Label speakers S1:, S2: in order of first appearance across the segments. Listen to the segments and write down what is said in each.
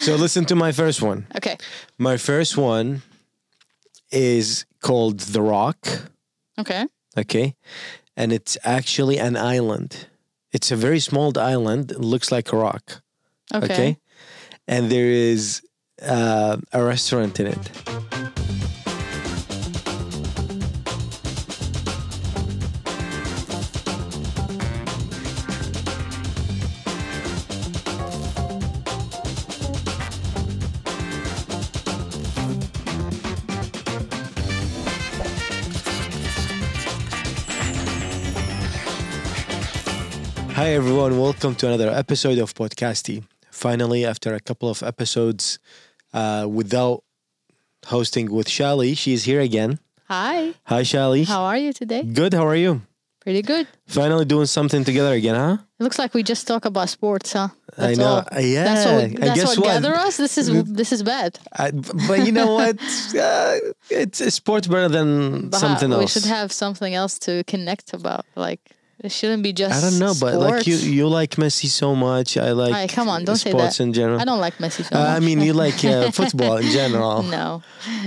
S1: So listen to my first one.
S2: Okay.
S1: My first one is called The Rock.
S2: Okay.
S1: Okay. And it's actually an island. It's a very small island. It looks like a rock.
S2: Okay.
S1: Okay. And there is uh, a restaurant in it. Hi, everyone. Welcome to another episode of Podcasty. Finally, after a couple of episodes uh, without hosting with Shali, she's here again.
S2: Hi.
S1: Hi, Shali.
S2: How are you today?
S1: Good. How are you?
S2: Pretty good.
S1: Finally, doing something together again, huh?
S2: It looks like we just talk about sports, huh?
S1: I
S2: That's
S1: know.
S2: all.
S1: Uh, Yeah.
S2: That's what.
S1: I
S2: That's
S1: guess
S2: what,
S1: what.
S2: gather us. This is this is bad.
S1: I, but you know what? uh, it's a sport better than
S2: But
S1: something
S2: we
S1: else.
S2: should have something else to connect about. Like it shouldn't be just.
S1: I don't know, but like you,
S2: sports.
S1: you like Messi so much. I like.
S2: Hey, come on, don't say
S1: sports
S2: that.
S1: in general.
S2: I don't like Messi. So
S1: Uh, I
S2: much.
S1: mean, you like uh, football in general.
S2: no.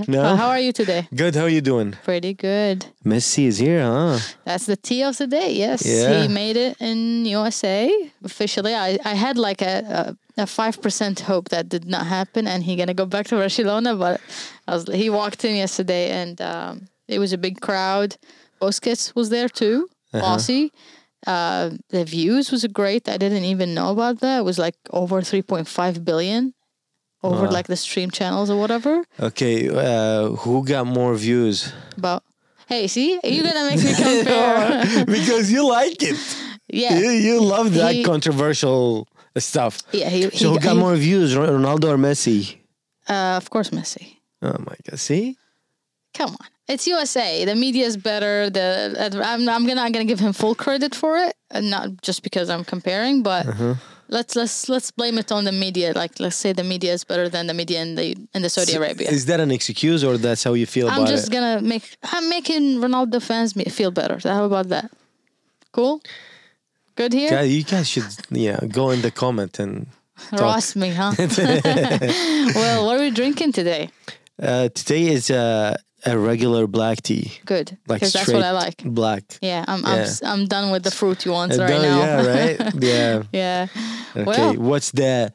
S1: No?
S2: Uh, how are you today?
S1: Good. How you doing?
S2: Pretty good.
S1: Messi is here, huh?
S2: That's the tea of the day. Yes,
S1: Yeah.
S2: he made it in USA officially. I, I had like a a five percent hope that did not happen, and he gonna go back to Barcelona. But I was, he walked in yesterday, and um, it was a big crowd. Busquets was there too. Aussie. Uh, the views was great. I didn't even know about that. It was like over three point five billion over like the stream channels or whatever.
S1: Okay. Uh, who got more views?
S2: But hey, see, you're gonna make me compare.
S1: because you like it. You,
S2: yeah,
S1: you love that
S2: He-
S1: controversial stuff.
S2: yeah. He, he,
S1: So who got
S2: he-
S1: more views, Ro- Ronaldo or Messi?
S2: Uh, of course, Messi.
S1: Oh my God! See,
S2: Come on, it's USA. The media is better. The ad- I'm, I'm gonna I'm gonna give him full credit for it, and not just because I'm comparing, but
S1: Uh-huh.
S2: let's let's let's blame it on the media. Like let's say the media is better than the media in the in the Saudi Arabia.
S1: is that an excuse or that's how you feel
S2: I'm
S1: about
S2: just
S1: it?
S2: gonna make I'm making Ronaldo fans me feel better. How about that? Cool. Good here.
S1: Yeah, you guys should, yeah, go in the comment and
S2: Ross me, huh? well, what are we drinking today?
S1: uh, today is a a regular black tea,
S2: Good,
S1: like
S2: because
S1: straight
S2: that's what I like.
S1: black.
S2: Yeah, I'm I'm,
S1: Yeah.
S2: s- I'm done with the fruity ones
S1: Uh, no,
S2: right now.
S1: Yeah, right. yeah.
S2: Yeah.
S1: Okay.
S2: Well,
S1: What's the?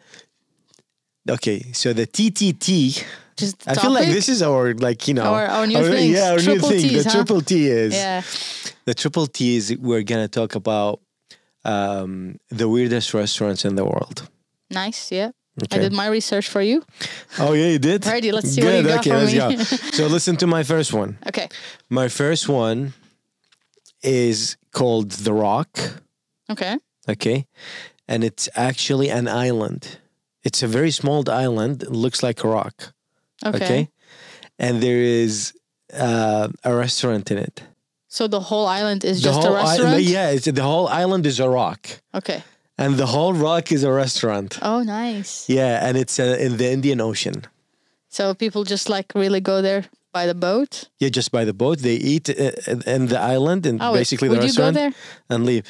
S1: Okay, so the TTT.
S2: just
S1: I feel like
S2: topic.
S1: this is our like you know
S2: Our- our new things,
S1: Yeah, our
S2: triple
S1: new thing.
S2: Ts,
S1: the
S2: huh?
S1: triple T is
S2: Yeah.
S1: the triple T is we're gonna talk about um, the weirdest restaurants in the world.
S2: Nice. Yeah. I
S1: Okay.
S2: did my research for you.
S1: Oh yeah, you did.
S2: Alrighty, let's see what you got
S1: okay,
S2: for
S1: let's
S2: me.
S1: go. So listen to my first one.
S2: Okay.
S1: My first one is called The Rock.
S2: Okay.
S1: Okay, and it's actually an island. It's a very small island. It looks like a rock.
S2: Okay.
S1: Okay, and there is uh, a restaurant in it.
S2: So the whole island is
S1: the
S2: just
S1: whole
S2: a restaurant.
S1: Island, yeah, it's, the whole island is a rock,
S2: Okay.
S1: and the whole rock is a restaurant.
S2: Oh, nice.
S1: Yeah, and it's uh, in the Indian Ocean.
S2: So people just like really go there by the boat.
S1: Yeah, just by the boat, they eat uh, in the island and
S2: Oh, wait,
S1: basically the
S2: would you go
S1: restaurant
S2: there?
S1: and leave.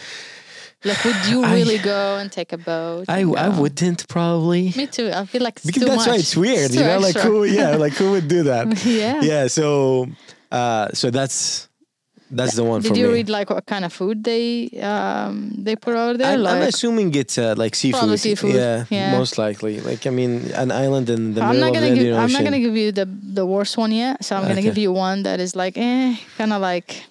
S2: Like, would you
S1: I-
S2: really go and take a boat?
S1: I,
S2: and
S1: I
S2: go?
S1: wouldn't probably
S2: Me too. I feel like it's
S1: because
S2: too
S1: that's
S2: much.
S1: why it's weird, you
S2: too
S1: know, like
S2: extra.
S1: who yeah, like who would do that?
S2: Yeah.
S1: Yeah, so uh, so that's that's the one
S2: Did
S1: for
S2: you
S1: me.
S2: read like what kind of food they um they put out there?
S1: I'm,
S2: like,
S1: I'm assuming it's uh, like seafood.
S2: Probably seafood,
S1: Yeah,
S2: yeah.
S1: most likely. Like I mean, an island in the
S2: I'm
S1: middle
S2: not
S1: of the
S2: gonna
S1: Indian
S2: give.
S1: Ocean.
S2: I'm not gonna give you the the worst one yet. So I'm gonna
S1: Okay.
S2: give you one that is like, eh, kind of like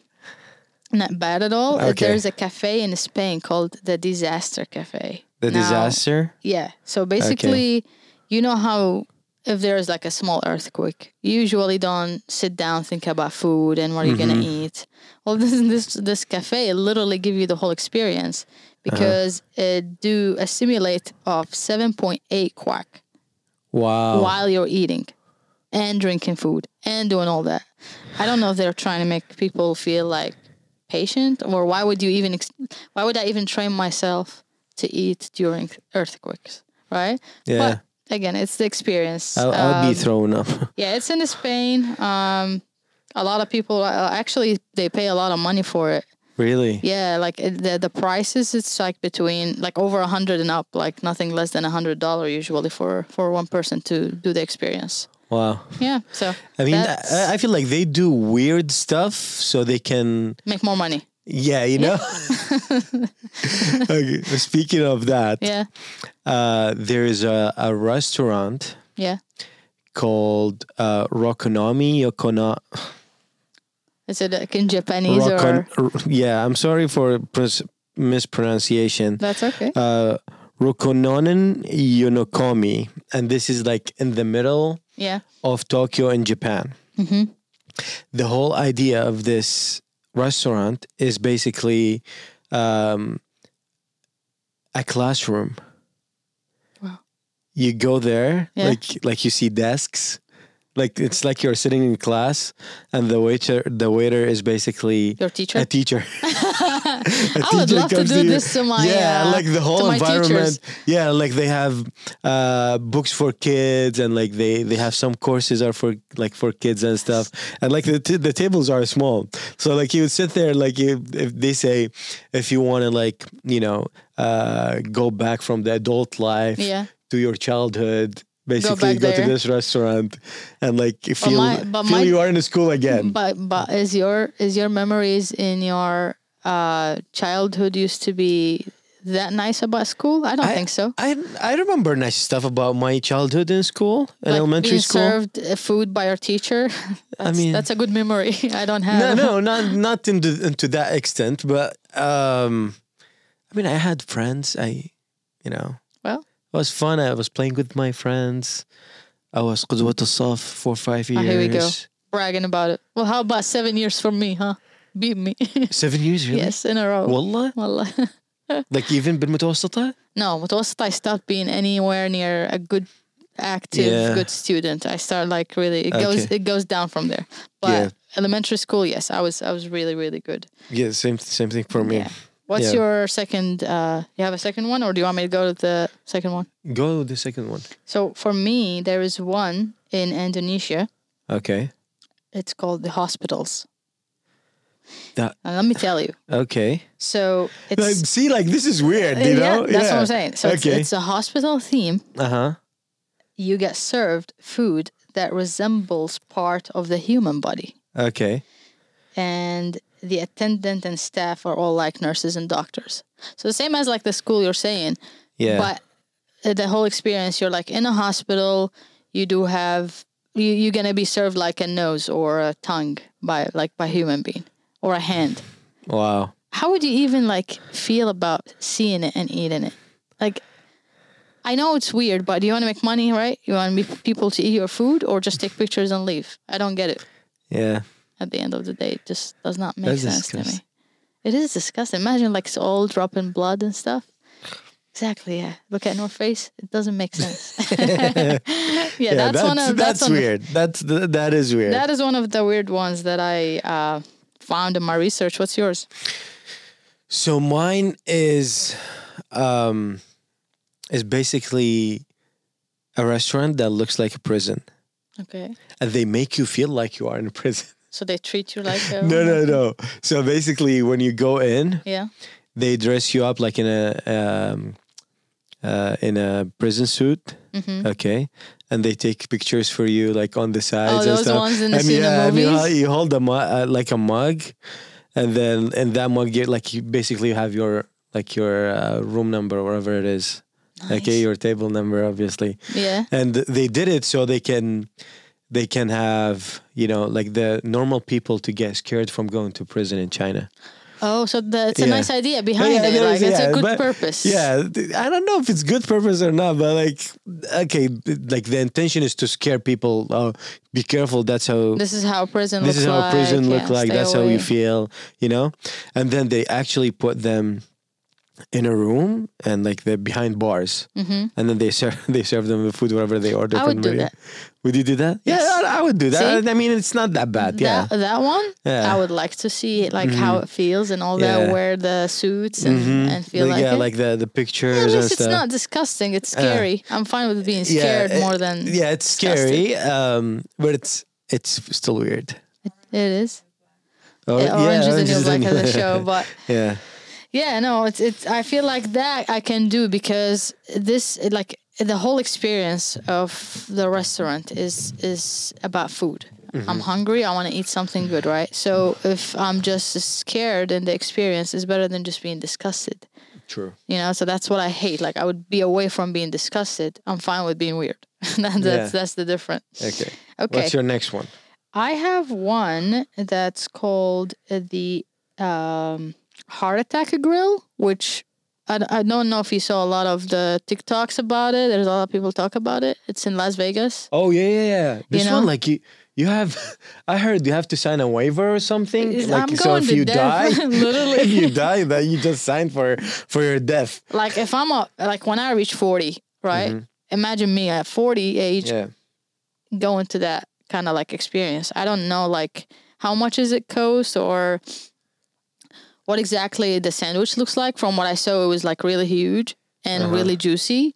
S2: not bad at all. Uh,
S1: Okay.
S2: There's a cafe in Spain called the Disaster Cafe.
S1: The
S2: Now-
S1: disaster.
S2: Yeah. So basically, you know how if there is like a small earthquake, you usually don't sit down, think about food and what are you gonna
S1: Mm-hmm.
S2: eat. Well, this this this cafe literally give you the whole experience
S1: Uh-huh.
S2: because it do a simulate of seven point eight quack
S1: Wow.
S2: while you're eating and drinking food and doing all that. I don't know if they're trying to make people feel like patient or why would you even ex- why would I even train myself to eat during earthquakes, right?
S1: Yeah.
S2: But again, it's the experience.
S1: I, I would
S2: Um,
S1: be thrown up.
S2: yeah, it's in Spain. Um, a lot of people uh, actually they pay a lot of money for it.
S1: Really?
S2: Yeah, like it, the the prices it's like between like over a hundred and up, like nothing less than a hundred dollar usually for for one person to do the experience.
S1: Wow.
S2: Yeah, so
S1: I mean,
S2: that's-
S1: I, I feel like they do weird stuff so they can
S2: make more money.
S1: Yeah, you know. okay. Speaking of that,
S2: Yeah,
S1: uh, there is a, a restaurant
S2: yeah.
S1: called uh, Rokonomi Yokona.
S2: Is it like in Japanese
S1: Rokon,
S2: or?
S1: r- yeah, I'm sorry for pres- mispronunciation.
S2: That's okay.
S1: Uh, Rokononen Yonokomi, and this is like in the middle
S2: yeah.
S1: of Tokyo in Japan.
S2: Mhm.
S1: The whole idea of this restaurant is basically um, a classroom.
S2: Wow.
S1: You go there,
S2: Yeah.
S1: like like you see desks, like it's like you're sitting in class, and the waiter the waiter is basically
S2: Your teacher.
S1: a teacher.
S2: I would love to do this to my
S1: yeah,
S2: uh,
S1: like the whole
S2: to my
S1: environment.
S2: teachers.
S1: Yeah, like they have uh, books for kids, and like they they have some courses are for like for kids and stuff. And like the t- the tables are small, so like you would sit there. Like you, if they say, if you want to like you know uh, go back from the adult life
S2: Yeah.
S1: to your childhood. Basically, go, to
S2: back there.
S1: this restaurant and like feel
S2: my- but
S1: feel
S2: my-
S1: you are in school again.
S2: But but is your is your memories in your uh, childhood used to be that nice about school? I don't think so.
S1: I I remember nice stuff about my childhood in school, in
S2: Like
S1: elementary
S2: being
S1: school.
S2: served uh, food by your teacher. That's,
S1: mean-
S2: that's a good memory. I don't
S1: No,
S2: have.
S1: no, not not into into that extent, but um, I mean, I had friends. I, you know,
S2: Well,
S1: it was fun. I was playing with my friends. I was قدوة الصف for five years.
S2: Ah, here we go. bragging about it. Well, how about seven years for me, huh? Beat me.
S1: Seven years, really?
S2: yes, in a row.
S1: والله
S2: Wallah.
S1: like even بالمتوسطة
S2: No, but also I stopped being anywhere near a good active
S1: Yeah.
S2: good student. I start like really it goes
S1: Okay.
S2: it goes down from there. But
S1: Yeah.
S2: elementary school, yes, I was I was really really good.
S1: yeah same same thing for me
S2: Yeah. What's
S1: Yeah.
S2: your second uh you have a second one or do you want me to go to the second one?
S1: go the second one
S2: So for me there is one in Indonesia.
S1: okay
S2: It's called the hospitals.
S1: That-
S2: And let me tell you.
S1: okay
S2: So it's
S1: like, see like this is weird you
S2: yeah,
S1: know
S2: that's what I'm saying. So it's,
S1: Okay.
S2: it's a hospital theme
S1: uh-huh
S2: you get served food that resembles part of the human body.
S1: okay
S2: And the attendant and staff are all like nurses and doctors. So, the same as like the school you're saying,
S1: yeah
S2: but uh, the whole experience, you're like in a hospital, you do have, you, you're going to be served like a nose or a tongue by like by human being or a hand.
S1: wow
S2: How would you even like feel about seeing it and eating it? Like, I know it's weird, but do you want to make money, right? You want me- people to eat your food or just take pictures and leave? I don't get it.
S1: yeah
S2: At the end of the day, it just does not make
S1: That's
S2: sense to
S1: disgusting.
S2: me. It is disgusting. Imagine like it's all dropping blood and stuff. Exactly. Yeah. Look at North Face. It doesn't make sense. yeah,
S1: yeah,
S2: that's, one of that's, one of-
S1: weird. That's th- that is weird.
S2: that is one of the weird ones that I uh, found in my research. What's yours?
S1: so mine is, um, is basically a restaurant that looks like a prison,
S2: Okay.
S1: and they make you feel like you are in a prison.
S2: So they treat you like a
S1: no, no, no. So basically, when you go in,
S2: Yeah.
S1: they dress you up like in a um, uh, in a prison suit.
S2: hmm
S1: Okay, and they take pictures for you, like on the sides
S2: Oh,
S1: and
S2: those
S1: stuff.
S2: ones in the
S1: and
S2: cinema
S1: yeah, and you,
S2: movies.
S1: ho- you hold a mu- uh, like a mug, and then in that mug, you like you basically have your like your uh, room number, wherever it is. Okay, your table number, obviously,
S2: yeah.
S1: and they did it so they can they can have you know like the normal people to get scared from going to prison in China.
S2: Oh, so the, it's a
S1: Yeah.
S2: nice idea behind
S1: Yeah,
S2: it.
S1: there
S2: Like
S1: is-
S2: it's
S1: yeah,
S2: a good
S1: but-
S2: purpose.
S1: Yeah, th- I don't know if it's good purpose or not, but like, okay, like the intention is to scare people. Oh, be careful. That's how
S2: This is how prison.
S1: this
S2: looks
S1: is how
S2: like.
S1: prison look
S2: yeah,
S1: like
S2: stay
S1: that's how
S2: away.
S1: you feel you know and then they actually put them in a room and like they're behind bars
S2: Mhm.
S1: and then they serve they serve them the food whatever they order
S2: I would
S1: from
S2: do
S1: menu.
S2: that.
S1: would you do that
S2: Yes.
S1: yeah I, I would do that
S2: See?
S1: i mean it's not that bad yeah
S2: That that one,
S1: Yeah. Mm-hmm.
S2: I would like to see like how it feels and all that.
S1: Yeah. Mm-hmm.
S2: Wear the suits and, and feel
S1: Like,
S2: like
S1: yeah
S2: it.
S1: like the the
S2: Yeah, at
S1: pictures and
S2: least it's
S1: stuff
S2: not disgusting. It's scary. I'm fine with being scared
S1: it-
S2: more than
S1: yeah it's
S2: disgusting.
S1: scary um but it's it's still weird
S2: It is.
S1: Or-
S2: uh, Orange is the
S1: Orange
S2: New Black
S1: New-
S2: as a show, but
S1: yeah,
S2: yeah, no, it's it's. I feel like that I can do because this like the whole experience of the restaurant is is about food.
S1: Mm-hmm.
S2: I'm hungry. I want to eat something good, right? So if I'm just scared, then the experience is better than just being disgusted.
S1: true.
S2: You know, so that's what I hate. Like I would be away from being disgusted. I'm fine with being weird. that's
S1: Yeah.
S2: that's the difference.
S1: Okay.
S2: Okay.
S1: What's your next one?
S2: I have one that's called uh, the um, Heart Attack Grill, which I, d- I don't know if you saw a lot of the TikToks about it. There's a lot of people talk about it. It's in Las Vegas.
S1: Oh yeah, yeah, yeah. This
S2: know?
S1: one, like you, you have. I heard you have to sign a waiver or something.
S2: Is-
S1: like
S2: I'm
S1: so,
S2: going
S1: if
S2: to
S1: you
S2: death,
S1: die,
S2: literally.
S1: if you die, that you just signed for for your death.
S2: Like if I'm a, like when I reach 40, right?
S1: Mm-hmm.
S2: Imagine me at 40 age
S1: Yeah,
S2: going to that kind of like experience. I don't know like how much is it cost or what exactly the sandwich looks like. From what I saw, it was like really huge and
S1: Uh-huh.
S2: really juicy.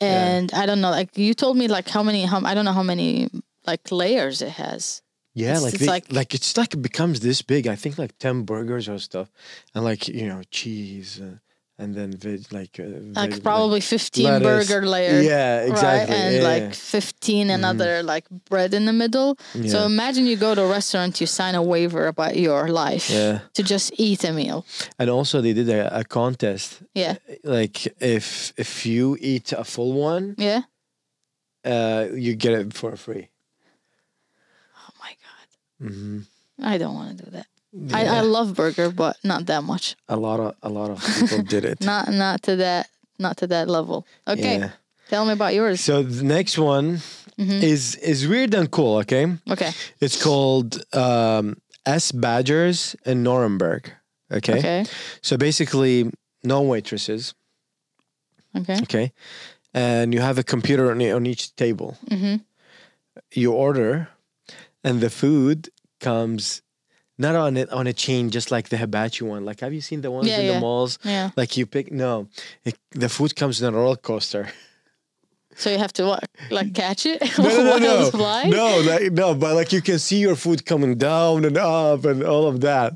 S1: Yeah.
S2: And I don't know, like you told me, like how many, how I don't know how many like layers it has.
S1: yeah.
S2: It's-
S1: like,
S2: it's
S1: they,
S2: like-
S1: like it's like it becomes this big. I think like ten burgers or stuff, and like you know cheese, uh, and then veg, like uh,
S2: Like
S1: veg-
S2: probably fifteen
S1: lettuce.
S2: burger layers.
S1: yeah, exactly.
S2: Right, and
S1: yeah, Mm-hmm.
S2: like fifteen another like bread in the middle.
S1: yeah.
S2: So imagine you go to a restaurant, you sign a waiver about your life
S1: Yeah.
S2: to just eat a meal.
S1: and also they did a, a contest.
S2: Yeah,
S1: Like if if you eat a full one,
S2: yeah.
S1: uh, you get it for free.
S2: Oh my god,
S1: hmm
S2: I don't want to do that. I, I love burger, but not that much.
S1: a lot of a lot of people did it.
S2: Not not to that not to that level. Okay,
S1: Yeah.
S2: tell me about yours.
S1: So the next one
S2: Mm-hmm.
S1: is is weird and cool. Okay,
S2: Okay,
S1: it's called um, S Badgers in Nuremberg. Okay?
S2: okay,
S1: so basically no waitresses.
S2: okay.
S1: Okay, and you have a computer on, e- on each table.
S2: Mhm.
S1: You order, and the food comes not on it on a chain, just like the hibachi one. Like, have you seen the ones
S2: Yeah,
S1: in
S2: yeah.
S1: the malls?
S2: Yeah.
S1: Like you pick no, it, the food comes in a roller coaster.
S2: So you have to what, like catch it
S1: No, no,
S2: while
S1: no,
S2: it's flying.
S1: no, no, like, no, but like you can see your food coming down and up and all of that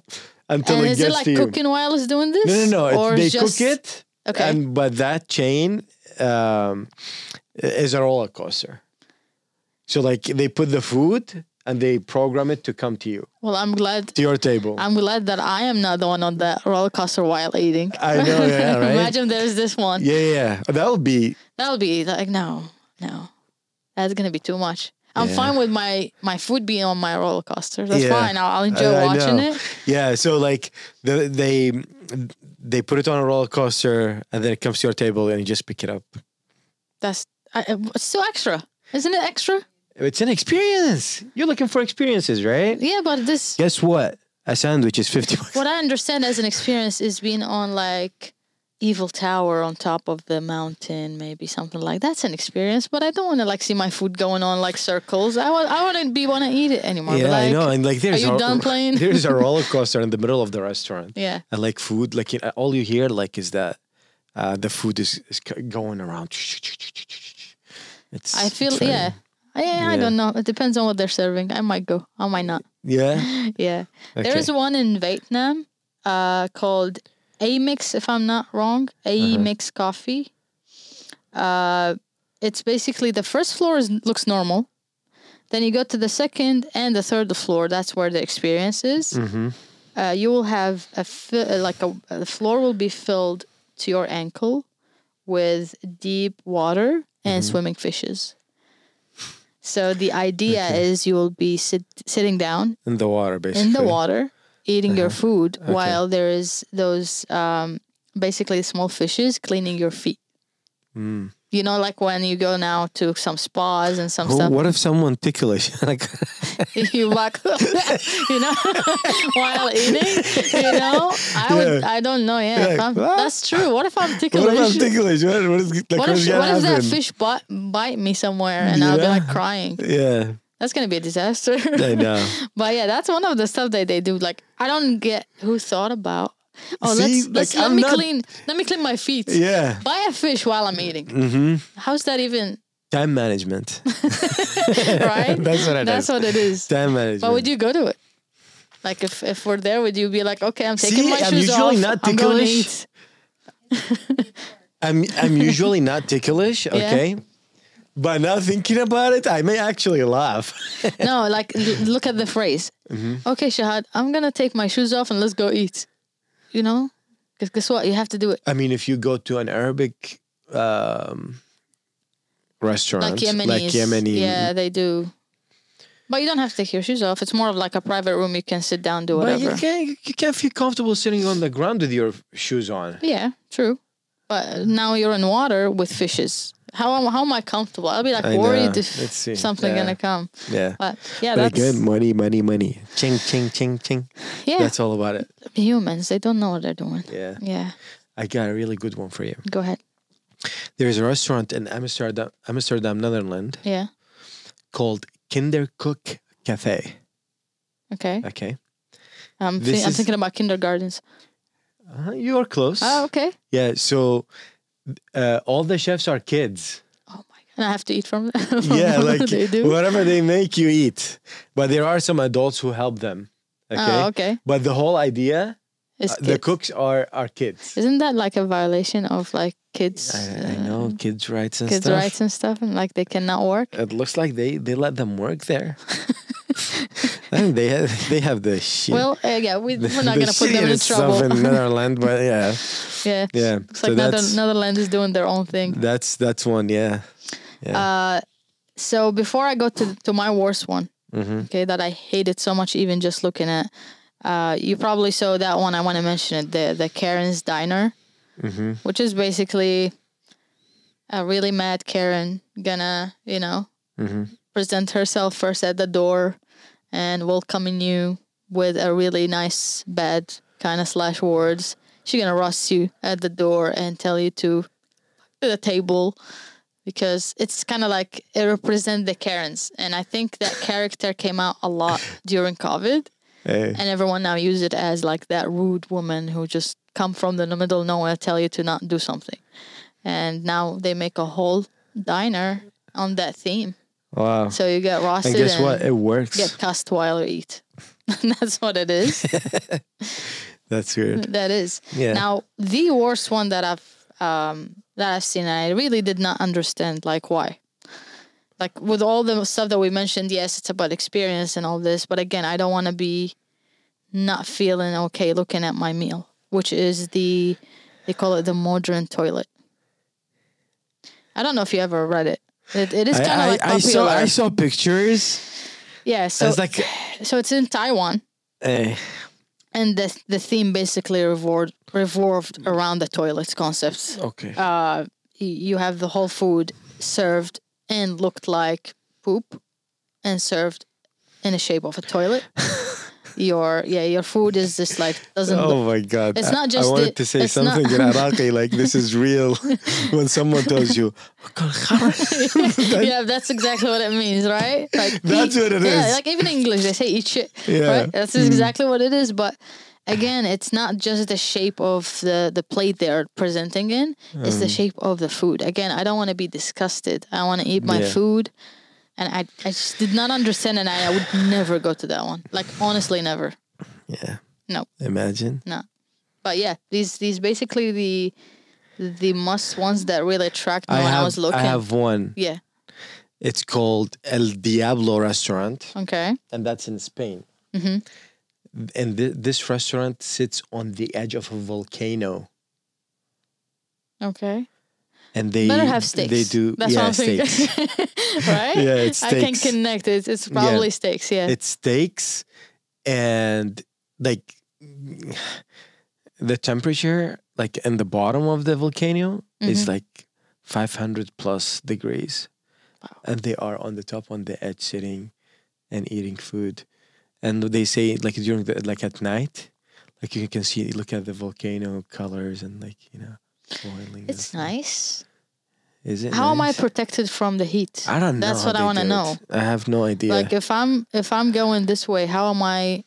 S1: until
S2: And
S1: it
S2: is
S1: gets
S2: it like
S1: to you.
S2: cooking while it's doing this?
S1: no, no, no.
S2: Or
S1: It, they
S2: just,
S1: cook it,
S2: Okay.
S1: and but that chain um, is a roller coaster. So like they put the food and they program it to come to you
S2: well, I'm glad.
S1: to your table.
S2: I'm glad that I am not the one on the roller coaster while eating.
S1: I know, yeah, right?
S2: Imagine there's this one.
S1: yeah, yeah, that would be
S2: That would be like no, no. That's gonna be too much. I'm
S1: Yeah.
S2: fine with my my food being on my roller coaster. That's
S1: Yeah.
S2: fine. I'll, I'll enjoy
S1: I
S2: watching
S1: know.
S2: it.
S1: Yeah, so like the, they they put it on a roller coaster and then it comes to your table and you just pick it up.
S2: That's I, it's still extra, isn't it? Extra?
S1: It's an experience. You're looking for experiences, right?
S2: Yeah, but this
S1: Guess what? A sandwich is fifty bucks.
S2: what I understand as an experience is being on like evil tower on top of the mountain, maybe something like that's an experience. But I don't want to like see my food going on like circles. I want I wouldn't be want to eat it anymore.
S1: Yeah,
S2: but, like,
S1: I know. And like, there's
S2: you
S1: a,
S2: done playing?
S1: there's a roller coaster in the middle of the restaurant,
S2: Yeah.
S1: and like food, like you- all you hear like is that uh, the food is, is c- going around. It's
S2: I feel
S1: it's very-
S2: yeah. I, I
S1: Yeah.
S2: don't know. It depends on what they're serving. I might go. I might not.
S1: yeah.
S2: Yeah. There
S1: Okay.
S2: is one in Vietnam uh, called A Mix, if I'm not wrong. A Mix Coffee. Uh, it's basically the first floor is, looks normal. Then you go to the second and the third floor. That's where the experience is.
S1: Mm. Mm-hmm.
S2: Uh, you will have a fi- uh, like a, the floor will be filled to your ankle with deep water and swimming fishes. So the idea is you will be sit, sitting down
S1: in the water, basically.
S2: in the water eating your food while there is those um, basically small fishes cleaning your feet you know like when you go now to some spas and some
S1: Who-
S2: stuff
S1: what if someone tickles? you? like,
S2: you walk you know while eating you know i would i don't know yeah, if
S1: Yeah,
S2: I'm-
S1: what?
S2: that's true what if i'm ticklish
S1: what if I'm ticklish? What, what is, like,
S2: what
S1: what's
S2: if,
S1: gonna
S2: what if that
S1: happen?
S2: fish bite, bite me somewhere and I'll be
S1: Yeah.
S2: like crying?
S1: Yeah,
S2: That's gonna be a disaster.
S1: I know.
S2: But yeah, that's one of the stuff that they do. Like, I don't get who thought about. Oh,
S1: See,
S2: let's,
S1: like,
S2: let's let
S1: I'm
S2: me
S1: not-
S2: clean. Let me clean my feet.
S1: yeah.
S2: Buy a fish while I'm eating.
S1: hmm
S2: How's that even
S1: Time management.
S2: right?
S1: That's what it
S2: That's
S1: is.
S2: what it is.
S1: Time management.
S2: But would you go to it? Like if, if we're there, would you be like, okay, I'm taking
S1: See,
S2: my
S1: I'm
S2: shoes
S1: usually
S2: off.
S1: not
S2: I'm going to
S1: ticklish.
S2: eat.
S1: I'm I'm usually not ticklish, okay? But now thinking about it, I may actually laugh.
S2: No, like l- look at the phrase.
S1: Mm-hmm.
S2: Okay, Shahad, I'm gonna take my shoes off and let's go eat. You know, because guess what? You have to do it.
S1: I mean, if you go to an Arabic um, restaurant,
S2: Like Yemenis.
S1: like Yemeni,
S2: Yeah, they do. But you don't have to take your shoes off. It's more of like a private room. You can sit down, do
S1: but
S2: whatever.
S1: you can't you can't feel comfortable sitting on the ground with your shoes on.
S2: Yeah, true. But now you're in water with fishes. How am how am I comfortable? I'll be like
S1: I
S2: worried
S1: know.
S2: if
S1: Let's see.
S2: something
S1: Yeah.
S2: gonna come.
S1: Yeah,
S2: But yeah,
S1: but
S2: that's
S1: again, money, money, money, ching, ching, ching, ching.
S2: yeah.
S1: That's all about it.
S2: humans, they don't know what they're doing.
S1: Yeah,
S2: Yeah,
S1: I got a really good one for you.
S2: go ahead.
S1: There is a restaurant in Amsterdam, Amsterdam, Netherlands,
S2: Yeah,
S1: called Kinderkook Cafe.
S2: okay.
S1: Okay,
S2: I'm
S1: This
S2: thi- I'm
S1: is-
S2: thinking about kindergartens.
S1: uh, you are close.
S2: Oh, okay.
S1: Yeah, so uh, all the chefs are kids.
S2: Oh my god! And I have to eat from them.
S1: yeah,
S2: What
S1: like
S2: do they do.
S1: whatever they make you eat. But there are some adults who help them. Okay.
S2: Oh, okay.
S1: But the whole idea,
S2: It's
S1: uh, the
S2: kids.
S1: cooks are are kids.
S2: Isn't that like a violation of like kids?
S1: I, I
S2: uh,
S1: know kids' rights and
S2: kids'
S1: stuff. Uh,
S2: rights and stuff, and like they cannot work.
S1: It looks like they they let them work there. I think they have they have the shit.
S2: Well, uh, yeah, we,
S1: the-
S2: we're not
S1: the
S2: gonna put them in
S1: shittiest
S2: trouble.
S1: stuff in Netherlands, but yeah,
S2: yeah,
S1: yeah.
S2: Looks
S1: so
S2: like Nether-
S1: that's
S2: Netherlands is doing their own thing.
S1: that's that's one, yeah.
S2: Uh, so before I go to to my worst one,
S1: Mm-hmm,
S2: okay, that I hated so much, even just looking at. Uh, you probably saw that one. I want to mention it. The the Karen's Diner,
S1: mm-hmm,
S2: which is basically a really mad Karen gonna you know
S1: mm-hmm.
S2: present herself first at the door and welcoming you with a really nice bad kind of slash words. She gonna roast you at the door and tell you to to the table because it's kind of like it represents the Karens, and I think that character came out a lot during COVID,
S1: Hey.
S2: and everyone now use it as like that rude woman who just come from the middle of nowhere tell you to not do something, and now they make a whole diner on that theme.
S1: Wow.
S2: So you get roasted
S1: And
S2: and,
S1: guess what? It works.
S2: get cussed while you eat. That's what it is.
S1: That's weird.
S2: that is.
S1: Yeah.
S2: Now the worst one that I've um, that I've seen, and I really did not understand like why. Like with all the stuff that we mentioned, yes, it's about experience and all this, but again, I don't want to be not feeling okay looking at my meal, which is the they call it the modern toilet. I don't know if you ever read it. It, it is
S1: I,
S2: kind of
S1: I,
S2: like popular.
S1: I saw I saw pictures.
S2: yeah, so
S1: it's like
S2: so it's in Taiwan.
S1: eh,
S2: and the the theme basically revolved revolved around the toilets concepts.
S1: okay.
S2: Uh, y- you have the whole food served and looked like poop, and served in the shape of a toilet. your yeah, your food is just like doesn't look.
S1: Oh my god!
S2: it's
S1: I-
S2: not just
S1: I wanted
S2: the-
S1: to say
S2: it's not-
S1: something in Iraqi like this is real. when someone tells you,
S2: yeah, that's exactly what it means, right? Like
S1: That's
S2: eat-
S1: what it
S2: Yeah,
S1: is.
S2: like even in English they say eat shit.
S1: Yeah. Mm.
S2: Right? That's exactly what it is. But again, it's not just the shape of the, the plate they're presenting in, it's
S1: Mm.
S2: the shape of the food. Again, I don't want to be disgusted. I want to eat my
S1: Yeah.
S2: food. And I, I just did not understand and I, I would never go to that one. Like honestly never.
S1: yeah,
S2: No.
S1: imagine.
S2: But yeah, these these basically the the must ones that really attract me
S1: I
S2: when
S1: have
S2: I was looking.
S1: I have one.
S2: yeah.
S1: It's called El Diablo Restaurant,
S2: Okay.
S1: and that's in Spain.
S2: Mm-hmm.
S1: And thi- this restaurant sits on the edge of a volcano,
S2: Okay.
S1: and they
S2: Better have steaks.
S1: They do
S2: That's
S1: yeah
S2: what I'm
S1: steaks.
S2: thinking. right?
S1: Yeah, it's
S2: I can
S1: steaks.
S2: connect. It's, it's probably steaks. Yeah.
S1: It's steaks, and like the temperature, like in the bottom of the volcano, is
S2: Mm-hmm.
S1: like 500 plus degrees, and they are on the top, on the edge, sitting and eating food, and they say like during the like at night, like you can see look at the volcano colors and like you know. Boiling and
S2: it's
S1: stuff.
S2: nice.
S1: Is it?
S2: How am I
S1: nice?
S2: protected from the heat?
S1: I don't know.
S2: That's
S1: how
S2: what I
S1: they
S2: want to
S1: do it.
S2: know.
S1: I have no idea.
S2: Like if I'm if I'm going this way, how am I?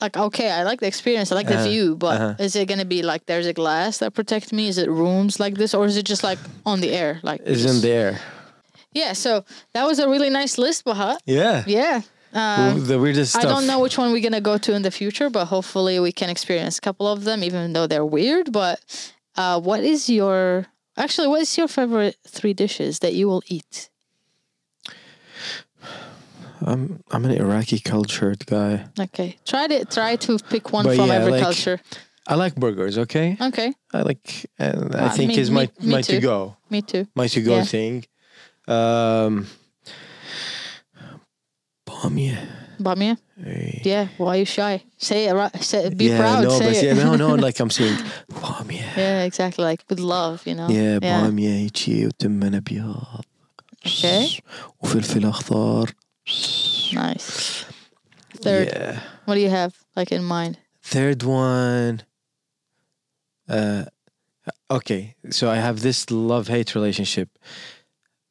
S2: Like okay, I like the experience, I like the
S1: Uh-huh,
S2: view, but
S1: uh-huh.
S2: is it gonna be like there's a glass that protects me? Is it rooms like this, or is it just like on the air? Like
S1: Isn't there?
S2: Yeah. So that was a really nice list, Baha.
S1: Yeah.
S2: Yeah.
S1: Um, the weirdest stuff.
S2: Uh, I don't know which one we're gonna go to in the future, but hopefully we can experience a couple of them, even though they're weird. But uh, what is your actually what is your favorite three dishes that you will eat?
S1: I'm I'm an Iraqi cultured guy.
S2: Okay, try to try to pick one
S1: But
S2: from
S1: yeah,
S2: every
S1: like-
S2: culture.
S1: I like burgers. Okay,
S2: Okay,
S1: I like. And I
S2: Ah,
S1: think
S2: me-
S1: is my
S2: me- me
S1: my
S2: too.
S1: to go
S2: me too.
S1: my to go
S2: Yeah.
S1: thing. Um, Bamia.
S2: Bamia.
S1: Hey.
S2: Yeah. Why are you shy? Say it. right- Say be
S1: yeah,
S2: proud.
S1: no,
S2: say
S1: but
S2: it.
S1: yeah, no, no. Like I'm saying, Bamia.
S2: yeah, exactly. Like with love, you know.
S1: يا
S2: Oh, yeah.
S1: بامية هيجي وتمن أبيض
S2: Okay.
S1: وفلفل أخضر
S2: Nice. Third,
S1: Yeah.
S2: what do you have like in mind?
S1: Third one. Uh, okay, so I have this love hate relationship.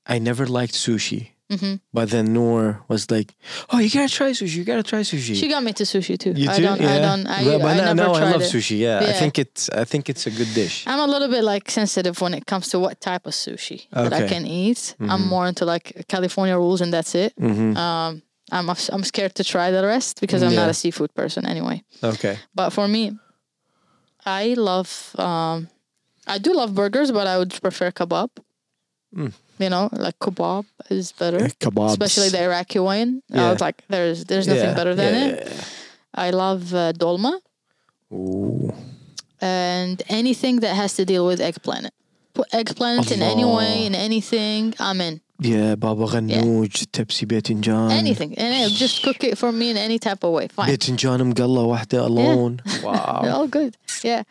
S1: I never liked sushi,
S2: hmm
S1: but then Noor was like, "Oh, you gotta try sushi. You gotta try sushi."
S2: She got me to sushi too.
S1: you
S2: I don't. I don't. I,
S1: but, but
S2: I
S1: now,
S2: never
S1: now
S2: tried
S1: I love
S2: it.
S1: sushi. Yeah, I
S2: Yeah.
S1: think it's I think it's a good dish.
S2: I'm a little bit like sensitive when it comes to what type of sushi that I
S1: Okay. Mm-hmm.
S2: can eat. I'm more into like California rules and that's it.
S1: hmm
S2: Um, I'm af- I'm scared to try the rest because I'm not
S1: Yeah.
S2: a seafood person anyway.
S1: Okay.
S2: But for me, I love um, I do love burgers, but I would prefer kebab.
S1: Mm.
S2: You know, like kebab is better,
S1: Eh, Kebabs.
S2: especially the Iraqi one. I
S1: Yeah.
S2: was like, there's there's nothing better than it. I love uh, dolma
S1: Ooh.
S2: and anything that has to deal with eggplant. Put eggplant in any way,
S1: Allah.
S2: in anything, I'm in.
S1: Yeah, Baba غنوج تبسي باذنجان
S2: Anything. And it- just cook it for me in any type of way. Fine.
S1: باذنجان مقلى واحدة alone.
S2: They're
S1: Wow.
S2: all good. Yeah.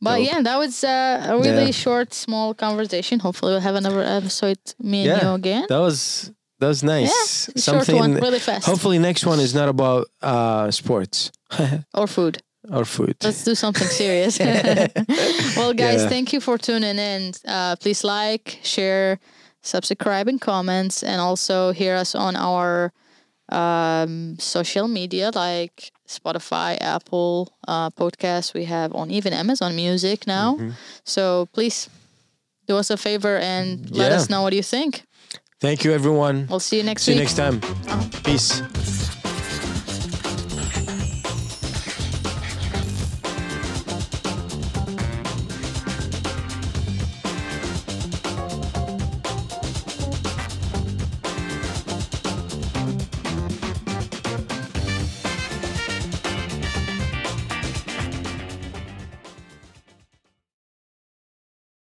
S2: But
S1: Dope.
S2: yeah, that was uh, a really
S1: Yeah.
S2: short, small conversation. Hopefully, we'll have another episode, me and
S1: Yeah.
S2: you again.
S1: That was that was nice.
S2: yeah. Short one, really fast.
S1: Hopefully next one is not about uh sports
S2: Or food.
S1: or food.
S2: Let's do something serious. well, guys,
S1: Yeah.
S2: thank you for tuning in. Uh, please like, share, subscribe, and comments, and also hear us on our um, social media like Spotify, Apple uh, podcasts. We have on even Amazon Music now.
S1: Mm-hmm.
S2: So please do us a favor and let
S1: Yeah.
S2: us know what you think.
S1: Thank you everyone.
S2: We'll see Oh. you next
S1: See you
S2: week.
S1: next time. Peace.